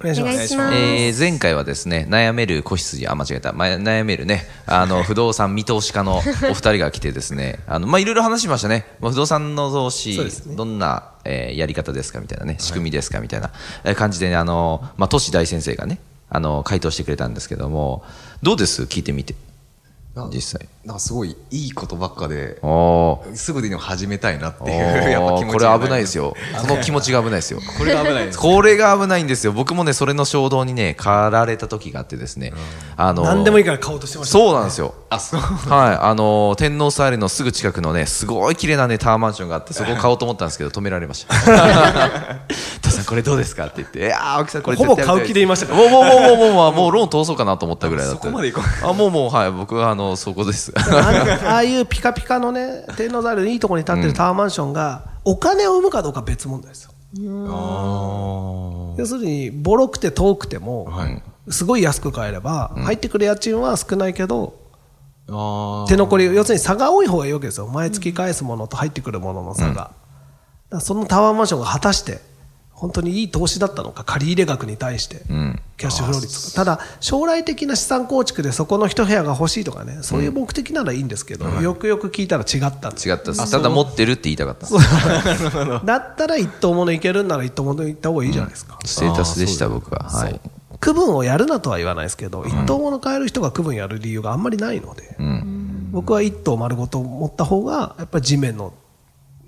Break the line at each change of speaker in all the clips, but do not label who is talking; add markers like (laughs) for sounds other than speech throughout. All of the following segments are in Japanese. お願いしま
お
す。
願いします
えー前回はですね、悩める子羊、あ、間違えた。ま悩めるね、あの、不動産見通し家のお二人が来てですね、あの、まあ、いろいろ話しましたね。まあ不動産の投資、
そうですね
どんな、えーやり方ですかみたいなね、仕組みですかみたいなえー感じでね、あの、まあ、都市大先生がね、あの、回答してくれたんですけども、どうです聞いてみて。
な
実際。
なんかすごいいいことばっかで、
おー。
すぐでも始めたいなって
お
いう、 (laughs) やっぱ気
ー
持ち
これ
が
危ないです。よ。この気持ちが危ないですよ。
これが危ないです。
これが危ないんですよ。僕もね、それの衝動にね、駆られた時があってですね。あの、
何でもいいから買おうとしてました。
そうなんですよ。
(laughs) あ、そう。
はい、あのー天皇スタイルのすぐ近くのね、すごい綺麗なね、タワーマンションがあって、そこを買おうと思ったんですけど、止められました。父さん、これどうですかって言って、いやー、青木さん、これ
ほぼ買う気でいましたから
もう、もう、もう、もう、もう、もう、ローン通そうかなと思ったぐらいだった。
そこまで行こ
う。あ、もう、もう、はい、僕は、あの、そこです。
あのああいうピカピカのね、天王山のいいところに建ってるタワーマンションが、お金を生むかどうかは別問題ですよ。要するに、ボロくて遠くても、すごい安く買えれば、入ってくる家賃は少ないけど、
あ
手残り、要するに差が多い方がいいわけですよ。毎月返すものと入ってくるものの差が。だからそのタワーマンションが果たして、本当にいい投資だったのか、借り入れ額に対して、キャッシュフロー率が。ただ、将来的な資産構築でそこの一部屋が欲しいとかね、そういう目的ならいいんですけど、よくよく聞いたら違ったんです
違ったです。ただ、持ってるって言いたかった。
だったら一等物いけるんなら一等物行った方がいいじゃないですか。
ステータスでした、僕は。はい。
区分をやるなとは言わないですけど、一等物買える人が区分やる理由があんまりないので、僕は一等丸ごと持った方が、やっぱり地面の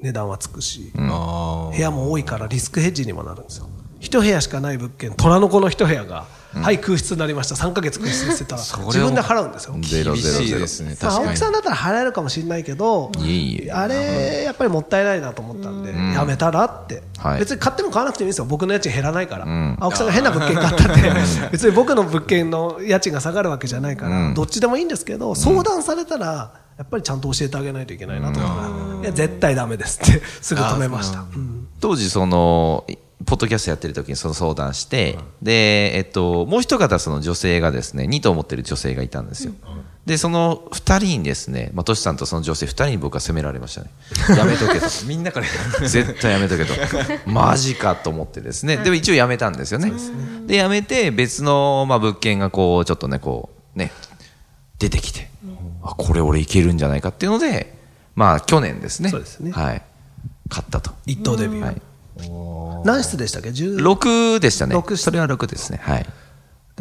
値段はつくし、
あ
部屋も多いからリスクヘッジにもなるんですよ。一部屋しかない物件、虎の子の一部屋が、はい、空室になりました、3ヶ月空室にしてたら、自分で払うんですよ。
ゼロ
厳
ゼロ
しい
ゼロ
で。すね、
まあ
確
青
か
木
に。
さんだったら払えるかもしれないけど、
いえいえ
あれ、やっぱりもったいないなと思ったんで、やめたらって、
はい
別に買っても買わなくてもいいんですよ、僕の家賃減らないから、青木さんが変な物件買ったって、 (laughs) 別に僕の物件の家賃が下がるわけじゃないから、どっちでもいいんですけど、相談されたら、やっぱりちゃんと教えてあげないといけないなと思って、いや、絶対だめですって、 (laughs) すぐ止めました。うん
当時そのいポッドキャストやってる時にその相談して、で、えっと、もう一方その女性がですね、2頭持ってる女性がいたんですよ。で、その二人にですね、まあ、トシさんとその女性二人に僕は責められましたね。やめとけと。
みんなから。
絶対やめとけと。マジかと思ってですね。でも一応やめたんですよね。で、やめて別の、まあ、物件がこう、ちょっとね、こう、ね、出てきて、あ、これ俺いけるんじゃないかっていうので、まあ、去年ですね。
そうですね
はい。買ったと。
一等デビュー、
はい。
何室でしたっけ10
六でしたね。
六
それは六ですね。はい。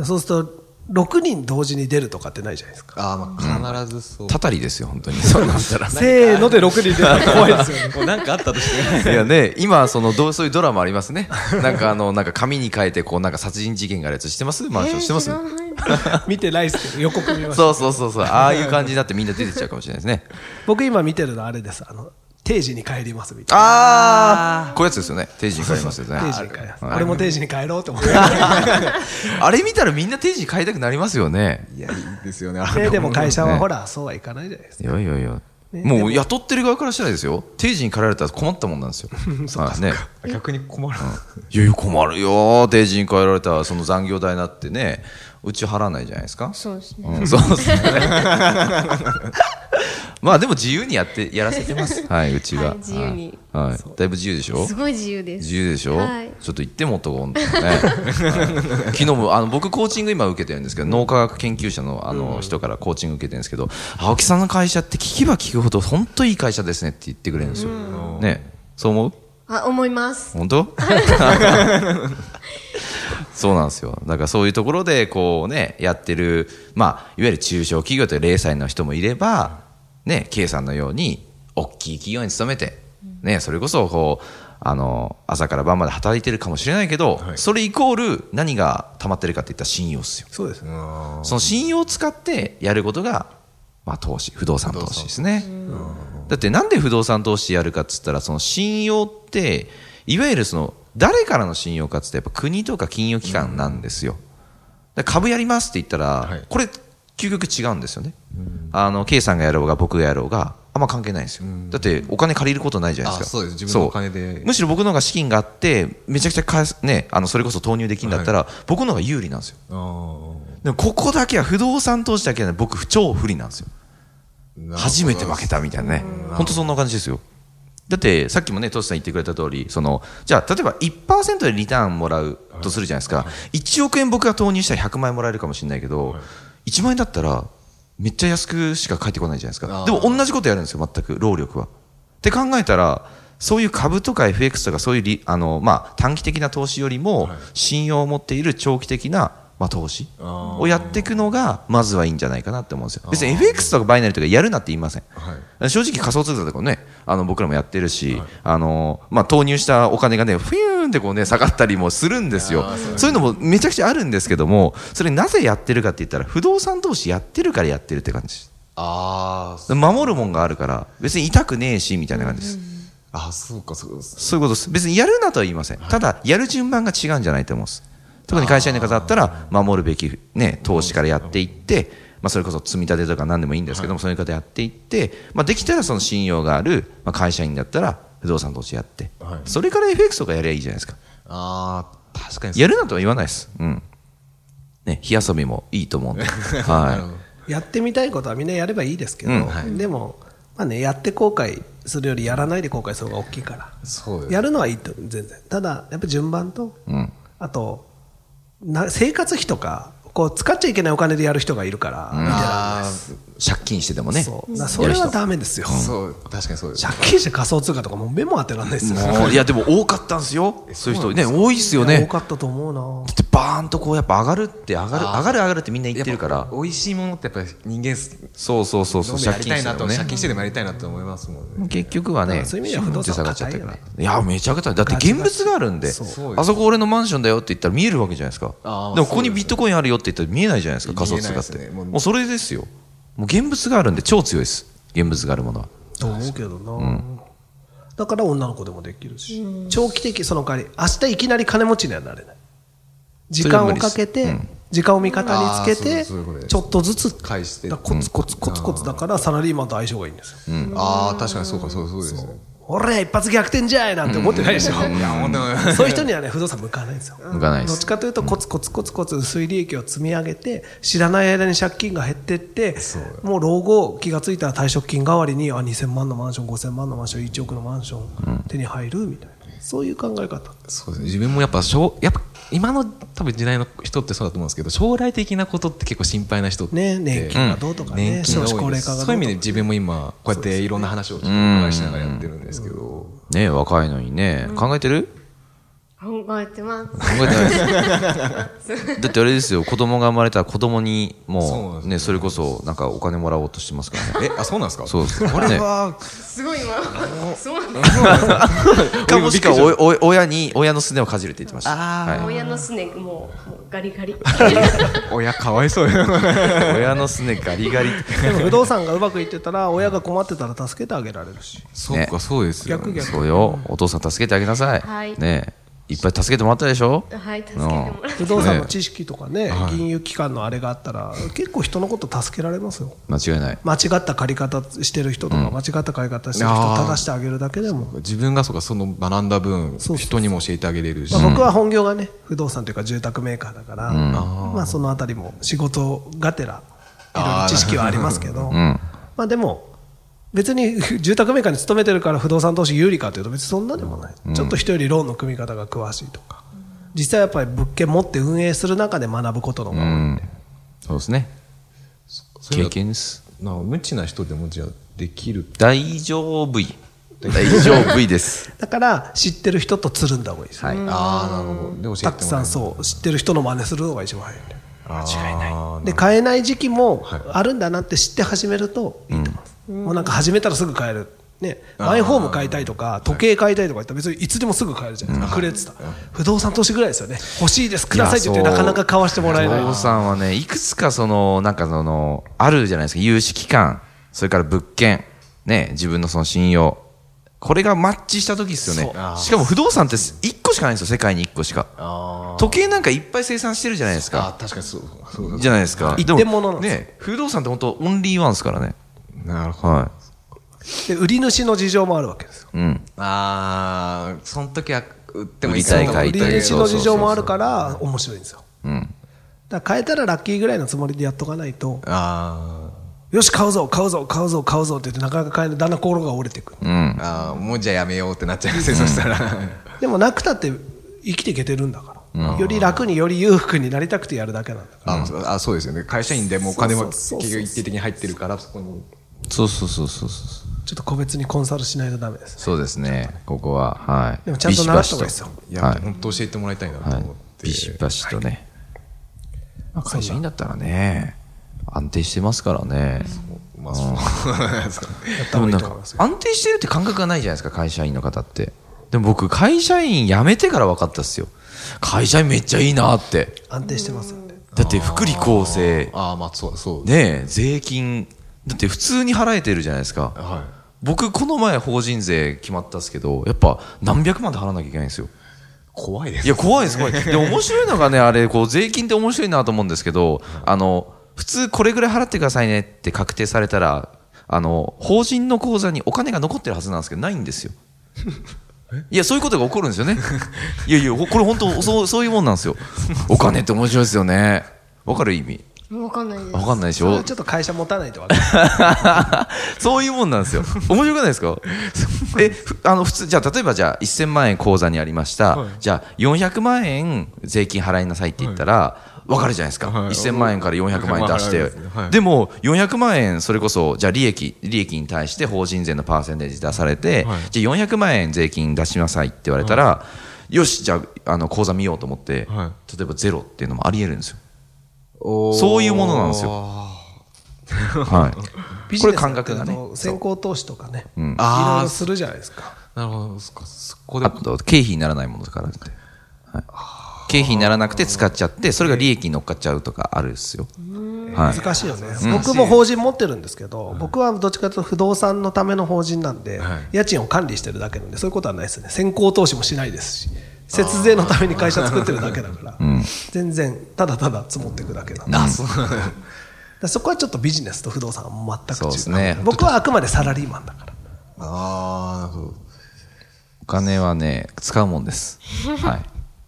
そうすると6人同時に出るとかってないじゃないですか
ああ、まあ必ずそう。
たたりですよ、本当に。そうなったら。
せーので6人出るの怖いですよね
もうなんかあったとして。
いやね、今、その、どう、そういうドラマあります (laughs) ね。なんか、あの、なんか、紙に書いて、こう、なんか、殺人事件があるやつ、知ってますマンション、知ってます
見てないですけど予告見ました
そうそうそうそう。ああいう感じになって、みんな出てっちゃうかもしれないですね。
僕今見てるのあれですあの定時に帰りますみたい
ああこういうやつですよね。定時に帰りますよね
な。定時に帰ります
はい
俺も定時に帰ろうと思って
あれ見たら、みんな定時に帰りたくなりますよね。
いや、いいですよ (laughs) ね。
ねでも会社
ね
はほらそうはいかないじゃないですか
いやいやいや。もう、雇ってる側からしたらですよ。定時に帰られたら困ったもんなん (laughs) ですよ。はいね。
逆に困る。
いやいや困るよ定時に帰られたらその残業代になってねうち払わないじゃないですか
そうですね。
うんそうですね (laughs) まあでも自由にやってやらせて
(laughs)
ますはいうちは、
はい自由に
はいはいだいぶ自由でしょ
すごい自由です。
自由でしょ、
はい
ちょっと行ってもっとこうね、はい昨日もあの僕コーチング今受けてるんですけど脳科学研究者のあの人からコーチング受けてるんですけど、青木さんの会社って聞けば聞くほど本当いい会社ですねって言ってくれるんですよ、ねそう思う
あ、思います。
本当そうなんですよだからそういうところでこうねやってるまあいわゆる中小企業という零細の人もいればね K さんのように大きい企業に勤めて、ね、それこそこうあの朝から晩まで働いてるかもしれないけど、
はい
それイコール何が溜まってるかっていったら信用ですよ
そうですね
その信用を使ってやることが、まあ、投資不動産投資ですねだってなんで不動産投資やるかっつったらその信用っていわゆるその誰からの信用かっつったらやっぱ国とか金融機関なんですよ、だから株やりますって言ったら、
はい
これ究極違うんですよね、あの K さんがやろうが僕がやろうがあんま関係ないんですよ、だってお金借りることないじゃないですか
あそうです自分のお金で
そうむしろ僕の方が資金があってめちゃくちゃ返す、ね、あのそれこそ投入できるんだったら、僕の方が有利なんですよ
あ
でもここだけは不動産投資だけはね僕超不利なんですよ
ー
初めて負けたみたいなね、本当そんな感じですよ。だってさっきもね、トシさん言ってくれた通り、そのじゃあ、例えば1%でリターンもらうとするじゃないですか、1億円僕が投入したら100万円もらえるかもしれないけど、1万円だったら、めっちゃ安くしか返ってこないじゃないです
あ
か、
ー
でも同じことやるんですよ、全く、労力は。って考えたら、そういう株とか FX とか、そういうリあの、まあ、短期的な投資よりも
はい、
信用を持っている長期的な、まあ、投資
あー
をやっていくのが、まずはいいんじゃないかなって思うんですよ。別に FX とかバイナリーとかやるなって言いません。
はい
正直仮想通貨とかねあの僕らもやってるし、あのまあ、投入したお金がねフィューンってこう、ね、下がったりもするんですよそういうのもめちゃくちゃあるんですけどもそれなぜやってるかって言ったら不動産投資やってるからやってるって感じ
あー
守るもんがあるから別に痛くねえしみたいな感じです、
あそうかそうです
そういうことです別にやるなとは言いません、ただやる順番が違うんじゃないと思うんです特に会社員の方だったら守るべき、ね、投資からやっていって、まあ、それこそ積み立てとか何でもいいんですけども、そういう方やっていって、まあ、できたらその信用がある、まあ、会社員だったら不動産投資やって、
はい
それから FX とかやりゃいいじゃないですか
あー確かに
やるなとは言わないです、うんね、火遊びもいいと (laughs) 思うんで、
なるほ
は
ど
やってみたいことはみんなやればいいですけど、
うん
でも、まあね、やって後悔するよりやらないで後悔する方が大きいから、
そうです
やるのはいいと、全然。ただ、やっぱ順番と、
いうん
あと、な生活費とか、こう使っちゃいけないお金でやる人がいるから、みたいな
あ
借金してでもね
そうだからそれはダメですよ。
ーそう確かにそうです
借金して仮想通貨とかもう目も当てられないですよ。
もういやでも多かったんですよそういう人ね多いですよ
いや
ね
多かったと思うな
だってバーンとこうやっぱ上がるって上がる
あー
上がる上がるってみんな言ってるか
や
ら
ぱ美味しいものってやっぱり人間す
そうそうそうそう
どんどんやりたいなと
借金してで
借金してでもやりたいなと思いますもん
も
ね
ね結局はね
そういう意味では不動産
下がっちゃってるから
硬
いやめちゃくちゃだって現物があるんで
そう
そうです
あそこ俺のマンションだよって言ったら見えるわけじゃないですかで
あー
もここにビットコインあるよって言ったら見えないじゃないですか仮想通貨っ
見えない
て
ですねもう
もうそれですよもう現物があるんで超強いです現物があるものは
と思うけどな、だから女の子でもできるし、長期的その代わり明日いきなり金持ちにはなれない時間をかけて、
それは無理で
時間を味方につけ
あ
て
ーそうそういうことです
ちょっとずつ
返して
だからコツコツコツコツだからサラリーマンと相性がいいんですよ、
ああ確かにそうかそうそうですね
俺一発逆転じゃいなんて思ってないでしょ、
いや本当に
(laughs) そういう人にはね不動産向かないんですよ
向かないで
どっち
す
かというとコツコツコツコツ薄い利益を積み上げて知らない間に借金が減ってってもう老後気がついたら退職金代わりにあ2000万のマンション5000万のマンション1億のマンション手に入るみたいなそういう考え方
そうですね自分もやっぱ将やっぱ今の多分時代の人ってそうだと思うんですけど将来的なことって結構心配な人って
ね年金がどうとかね
年金
少子
が多
高
いで
齢
す
化が
そういう
どうと
意味で
か
自分も今こうやっていろんな話をちょっとお伺いしながらやってるんですけど
ね若いのにね考えてる
考えてます。
考えてな
(laughs)
いだってあれですよ子供が生まれたら子供に
そう
も
な
う
んです
そ,、
よ
ね、それこそなんかお金もらおうとしてますからね
えあそうなんですか
そうですね
こ
(laughs)
れは
すごい今。そうなんで
かもしくはおお親に親のすねをかじるって言ってました
す。
はい
親のすねもうもうガリ
(laughs)
ガリ。
親かわいそうよ
親のすねガリガ
(laughs)
リ
でも不動産がうまくいってたら親が困ってたら助けてあげられるし
(laughs) そう
ね
かそうですよ
逆逆
そうよお父さん助けてあげなさい、
はい
ねえいっぱい助けてもらったでしょ
はい助けてもらっ
不動産の知識とかね金融機関のあれがあったら結構人のこと助けられますよ
間違いない
間違った借り方してる人とか間違った借り方してる人を正してあげるだけでも
自分がそうかその学んだ分
そうそう
人にも教えてあげれるし
まあ、僕は本業がね不動産というか住宅メーカーだから、まあ、そのあたりも仕事がてらいろいろ知識はありますけど、まあ、でも別に住宅メーカーに勤めてるから不動産投資有利かというと別にそんなでもない、ちょっと人よりローンの組み方が詳しいとか実際やっぱり物件持って運営する中で学ぶことの方が多いんで、
そうですね
そう
経
いうの
験です
な無知な人でもじゃあできる
大丈夫い大丈夫いです
だから知ってる人とつるんだ方がいいです、
はい
ああなるほどで教えて
たくさんそう知ってる人の真似するのが一番早いんで
間違いな
で買えない時期も
はい
あるんだなって知って始めるといいと思います、もうなんか始めたらすぐ買える、ね、マイホーム買いたいとか時計買いたいとか言ったら別にいつでもすぐ買えるじゃないですか、くれってた不動産投資ぐらいですよね欲しいですくださいって言ってなかなか買わしてもらえない
お父さんはねいくつかそのなんかそのあるじゃないですか融資機関それから物件ね自分のその信用これがマッチした時ですよね
そ
しかも不動産って一個しかないんですよ世界に1個しか時計なんかいっぱい生産してるじゃないです
あ
か
確かにそうそうだ
じゃないですか
一点物なんですよ
ね不動産って本当オンリーワンですからね
なるほど
は
で売り主の事情もあるわけですよ
いうん
ああその時は売ってもいい
売りたい買
売
いた
り
い
主の事情もあるか
か
ら面白いんですよ
うん
だから変えたらラッキーぐらいのつもりでやっとかないと
あ
よし買うぞ買うぞ買うぞ買うぞって言ってなかなか買えないだんだん心が折れてく
うん
ーあーもうじゃあやめようってなっちゃいますねそしたら
でもなくたって生きていけてるんだから、より楽により裕福になりたくてやるだけなんだから
(laughs) あそうあそうですよね会社員でもお金も結
そうそうそうそう
局一定的に入ってるからそこに
そうそうそうそうそう
ちょっと個別にコンサルしないとダメですね
そうですねここははい
でもちゃんと
ビ
習っ
シ
た方
バシ
がいいです
と
よ
いや、
はい
本当教えてもらいたいなと
はい
思って、
ビシ
(laughs)
バシとねまあ会社員だったらね安定してますからね
まあそう
やっ
で
た方
も
がい
ないん
と思い
か
ますよ
安定してるって感覚がないじゃないですか会社員の方ってでも僕会社員辞めてから分かったっすよ会社員めっちゃいいなって
安定してますんで
だって福利厚生
ああまあそうそう、
ねえ税金だって普通に払えてるじゃないですか
は
僕この前法人税決まったっすけどやっぱ何百万で払わなきゃいけないんですよ
い、怖いです
いや怖いです怖いですで面白いのがねあれこう税金って面白いなと思うんですけどあの普通これぐらい払ってくださいねって確定されたらあの法人の口座にお金が残ってるはずなんですけどないんですよいやそういうことが起こるんですよねいやいやほこれ本当そうそういうもんなんですよお金って面白いですよねわかる意味
もうわかんないです。
わかんないでし
それは
ょ
ちょっと会社持たないと分かんない
(laughs) そういうもんなんですよ。面白くないですかえ、ふあの、普通、じゃあ、例えばじゃあ、1000万円口座にありました。じゃあ、400万円税金払いなさいって言ったら、わかるじゃないですか。
はい
1000万円から400万円出して。
ま
で
あ払えま
す
ねはい
も、400万円、それこそ、じゃあ、利益、利益に対して法人税のパーセンテージ出されて、
はい
じゃあ、400万円税金出しなさいって言われたら、よし、じゃあ、あの、口座見ようと思って、
は
例えばゼロっていうのもあり得るんですよ。
おー
そういうものなんですよはい。
ビジ
こ
ネ
れ
ス
感覚がね
だってあの先行投資とかね、いろい
あ
ろ
あ
するじゃないですか
なるほどそっかそこで
あと経費にならないものとかあるんで、はい、経費にならなくて使っちゃってそれが利益に乗っかっちゃうとかあるっすよ、はい、
難しいよね、僕も法人持ってるんですけど、僕はどっちかというと不動産のための法人なんで、
はい
家賃を管理してるだけなんで、そういうことはないですね、先行投資もしないですし、節税のために会社作ってるだけだから、全然、ただただ積もっていくだけなんで、だか
あそうなんだ
らそこはちょっとビジネスと不動産は全く
そう
違う
ですね
僕はあくまでサラリーマンだから、
あーなるほど
お金はね使うもんです、はい、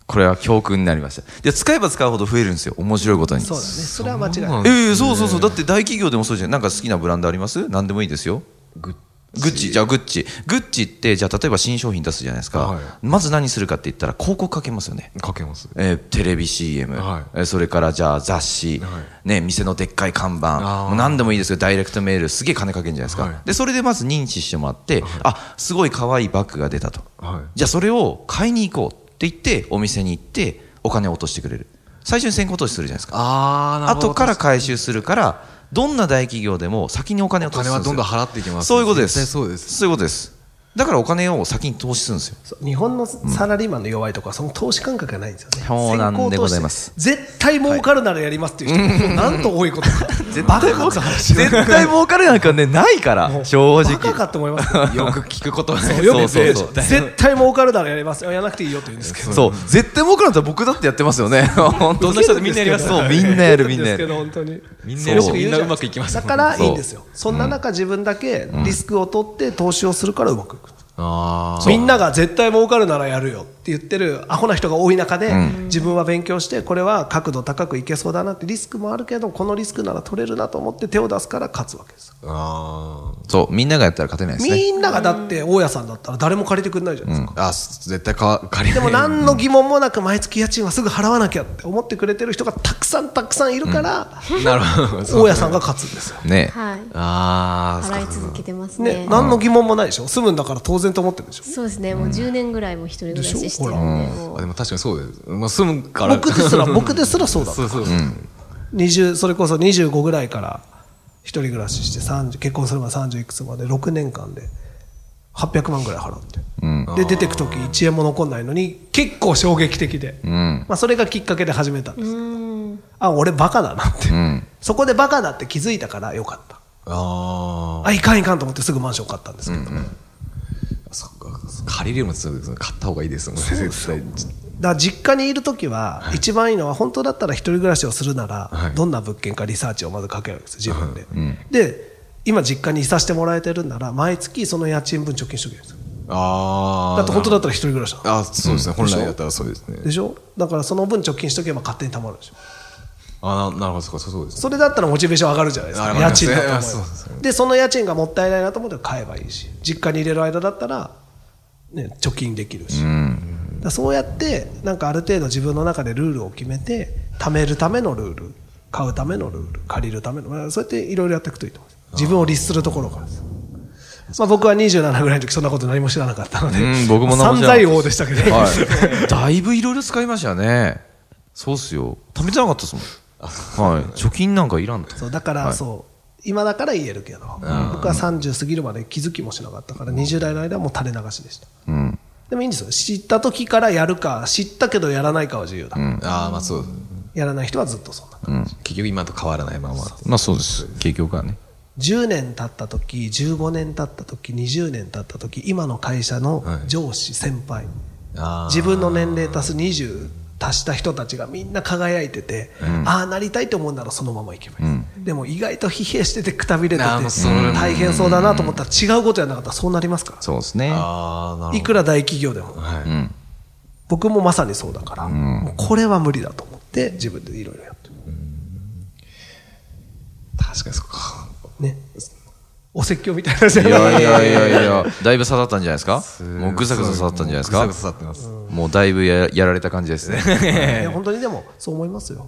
これは教訓になりましたで使えば使うほど増えるんですよ面白いことに
そうだね、それは間違い
そうな
なんい。
だ
ええそうそうそうだって大企業でもそうじゃんなんか好きなブランドあります何でもいいですよ
グッ
グッチじゃあグッチグッチってじゃあ例えば新商品出すじゃないですか、
はい
まず何するかって言ったら広告かけますよね
かけます
えーテレビ CM、
はい
えーそれからじゃあ雑誌、
は
ね、店のでっかい看板
あー
もう何でもいいですけどダイレクトメールすげえ金かけるんじゃないですか、
はい
でそれでまず認知してもらって、あすごい可愛いバッグが出たと、
はい
じゃあそれを買いに行こうって言ってお店に行ってお金を落としてくれる最初に先行投資するじゃないですか
ああなるほど
後から回収するからどんな大企業でも先にお金を投資するんですよ
お金はどんどん払っていきます
そういうことです
絶対そうです
そういうことですだからお金を先に投資するんですよ
そう日本のサラリーマンの弱いところはその投資感覚がないんですよね。
そうなんで
先行投資
ございます
絶対儲かるならやりますっていう人、なんと
(laughs)
多いことか。バカか話
絶対儲かるなんかねないから正直
バカかって思いますよ。
よく聞くことはない
よく
よく言ってるでし
そうそうそ
ょ
う
絶対儲かるならやりますよ。やらなくていいよって言うんですけど。
そう、絶対僕らだったら僕だってやってますよ (laughs) ね。本当、人みんなやります。そう、みんなやる、みんなや
ですけ
(laughs) る。
ど本当に
みん
な
な
よ
よ
く
く
言
みんなうまくいきます
だから
そう
いいんですよ。そんな中自分だけリスクを取って投資をするからうまくいく。
あ
みんなが絶対儲かるならやるよって言ってるアホな人が多い中で、自分は勉強してこれは角度高くいけそうだなってリスクもあるけどこのリスクなら取れるなと思って手を出すから勝つわけですよ
ああ
そう、みんながやったら勝てないですね。
みんながだって大家さんだったら誰も借りてくれないじゃないですか、
あす絶対か借り
でも
ない
何の疑問もなく毎月家賃はすぐ払わなきゃって思ってくれてる人がたくさんたくさんいるから、
なるほどそう
大家さんが勝つんですよ、
ね。
はい。
ああ
払い続けてます
ね
ね。
何の疑問もないでしょ住むんだから当然と思ってるでしょ
そうですね。もう10年ぐらいも一人暮らししてるんで、も
あ
う
でも確かにそうです、まあ、住むから
僕ですら僕ですらそうだった
そうそう、
20それこそ25ぐらいから一人暮らしして30結婚するまで30いくつまで6年間で800万ぐらい払って、で出てく時1円も残んないのに結構衝撃的で、まあ、それがきっかけで始めたんです、あ俺バカだなって、そこでバカだって気づいたからよかった
あ
あいかんいかんと思ってすぐマンション買ったんですけど、
あそっか借りるよりもそうです買った方がいいですもんね絶対
だから実家にいるときは、一番いいのは、本当だったら一人暮らしをするなら、
はい
どんな物件かリサーチをまずかけるんですよ、自分で。で、今、実家にいさせてもらえてるんなら、毎月その家賃分貯金しとけばいいんですよ。
ああ
だって本当だったら一人暮らしなの
あそうですね、本来だったらそうですね
でしょだからその分貯金しとけば勝手に貯まるでしょ。
あななるほどそうそうそうですね
それだったらモチベーション上がるじゃないです
上
か、
がり
家
ま
賃
す
だと
ね
思えば
あそうですよね
で、その家賃がもったいないなと思ったら買えばいいし、実家に入れる間だったら、ね、貯金できるし、だからそうやって、なんかある程度自分の中でルールを決めて、貯めるためのルール、買うためのルール、借りるための、まあそうやっていろいろやっていくといいと思います。自分を律するところからです。まあ、僕は27ぐらいの時そんなこと何も知らなかったので、
うん僕も何も知らなかっ
散
た
財王でしたけど、
はい、 (laughs) だいぶいろいろ使いましたねそうっすよ貯めてなかったっす (laughs) もん、はい、貯金なんかいらんと
そうだから、
はい
そう今だから言えるけど僕は30過ぎるまで気づきもしなかったから20代の間はもう垂れ流しでした
うん
でもいいんですよ知った時からやるか知ったけどやらないかは自由だ、
ああまあそう、
やらない人はずっとそんな
結局今と変わらないまま
まあそうです結局はね
10年経った時15年経った時20年経った時今の会社の上司、先輩
あー
自分の年齢足す20足した人たちがみんな輝いてて、ああなりたいと思うんならそのままいけばいいです、でも意外と疲弊しててくたびれてて
あーもうそれ
大変そうだなと思ったら違うことやらなかったらそうなりますから
そうですね
ああなるほど
いくら大企業でも、
うん
僕もまさにそうだから、もうこれは無理だと思って自分でいろいろやってる
確かにそうか
ねお説教みたいなじゃ
い
ない
やいやいやいやだいぶ刺さったんじゃないですかもうぐさぐさ刺さったんじゃないですか
ぐさぐさ刺さってます、
もうだいぶややられた感じですね
いや本当にでもそう思いますよ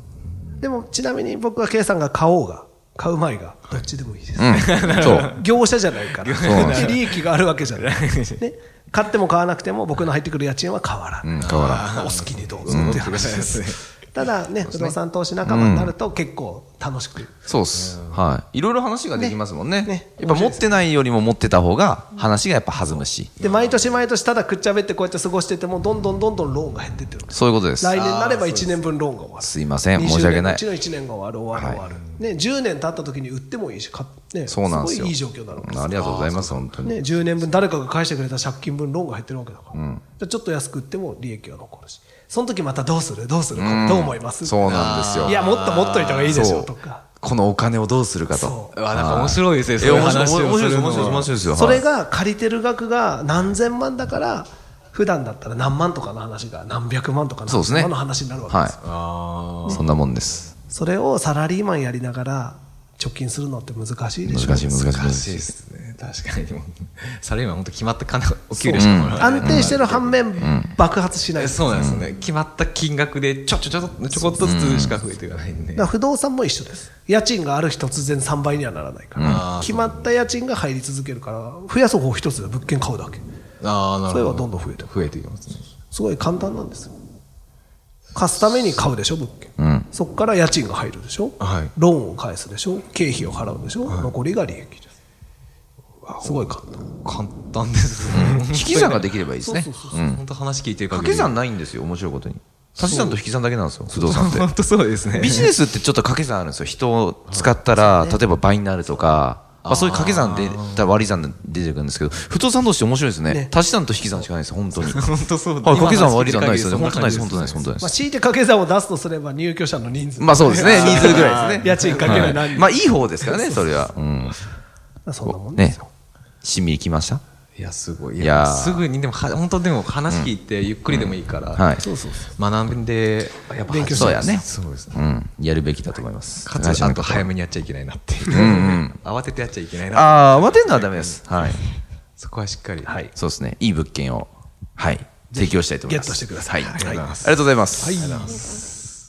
でもちなみに僕は K さんが買おうが買う前がどっちでもいいで
(laughs)
す、
うんそう
業者じゃないか
(laughs)
ら
そうなんですよ
利益があるわけじ
(laughs)
ゃない、ね、買っても買わなくても僕の入ってくる家賃は変わら
う
ない、
ん変わらん
お好きにどうぞっていう話ですただね不動産投資仲間になると結構楽しく、
そうっす。はい。いろいろ話ができますもんね。
ねね
やっぱ持ってないよりも持ってた方が話がやっぱ弾むし。
で毎年毎年ただくっちゃべってこうやって過ごしててもどんどんどんどんローンが減ってってる
そういうことです。
来年なれば1年分ローンが終わる
すいません
20
申し訳ない
年のうちの1年が終わる終わる終わる、ね、10年経った時に売ってもいいし買っね
そうなんですよ。
ごいいい状況だろう
うんありがとうございます、本当に。
ね、10年分誰かが返してくれた借金分ローンが減ってるわけだから、じゃあちょっと安く売っても利益が残るしその時またどうするどうする、どう思います
そうなんですよ。
いやもっと持っといた方がいいでし
そ
ょ
う
とか
このお金をどうするかと
そ。
うわなんか面白いですね
い
そういう
や面白い
話をするのは
面白い面白いですよ。
それ
はい
が借りてる額が何千万だから普段だったら何万とかの話が何百万とか
そう
何
です
千
ね。
万の話になるわけですよ
はい。そんなもんです。
それをサラリーマンやりながら貯金するのって難しいでしょ
難しい難しい
難
難
しい
しい。
ですね確かにでもサラリーマン本当決まった金お給料しかもらえない
安定してる反面、爆発しない
えそうなんですよね、決まった金額でちょちょちょちょこっとずつしか増えていかないんで、
だから不動産も一緒です家賃がある日突然3倍にはならないから、
うん
決まった家賃が入り続けるから増やす方法一つで物件買うだけ
ああなるほど
それはどんどん増えてる
増えていきますね
すごい簡単なんですよ貸すために買うでしょ物件、
ん
そこから家賃が入るでしょ、
はい
ローンを返すでしょ経費を払うでしょ、残りが利益ですすごい簡単
簡単ですね、
引き算ができればいいですね。
本当話聞いてる限り
掛け算ないんですよ、面白いことに。足し算と引き算だけなんですよ、不動産って。
(laughs) 本当そうですね
ビジネスってちょっと掛け算あるんですよ。人を使ったら、例えば倍になるとか、まあ、そういう掛け算で、多分割り算で出てくるんですけど、不動産同士面白いですね。
ね
足し算と引き算しかないです、本当に。はい、
本当そう
掛け算割り算ないですよね。本当ないです、本当ない
で
です、本当ないで
まあ、
す。
強いて掛け算を出すとすれば入居者の人数、
まあそうですね、人数ぐらいですね。
家賃かける何人
まあいい方ですからね、それは。うん。
そんなもんで
ね
すよ、。
しみいきました
いやすごいい
いや
やすぐにでもは本当でも話聞いてゆっくりでもいいから、
はい。
そうそうそう
学んでやっぱ
勉強し
そうやね
そうですね
うん。やるべきだと思います。
か
会
つ
社の
あ
方
と
は
早めにやっちゃいけないなっていう、 (laughs) 慌ててやっちゃいけないな
ああ、慌てんのはダメです。はい。
そこはしっかり、はい、
そうですね。いい物件を、はい。提供したいと思います。
ゲットしてください
はい。あ
はい
りがとうございます。はい。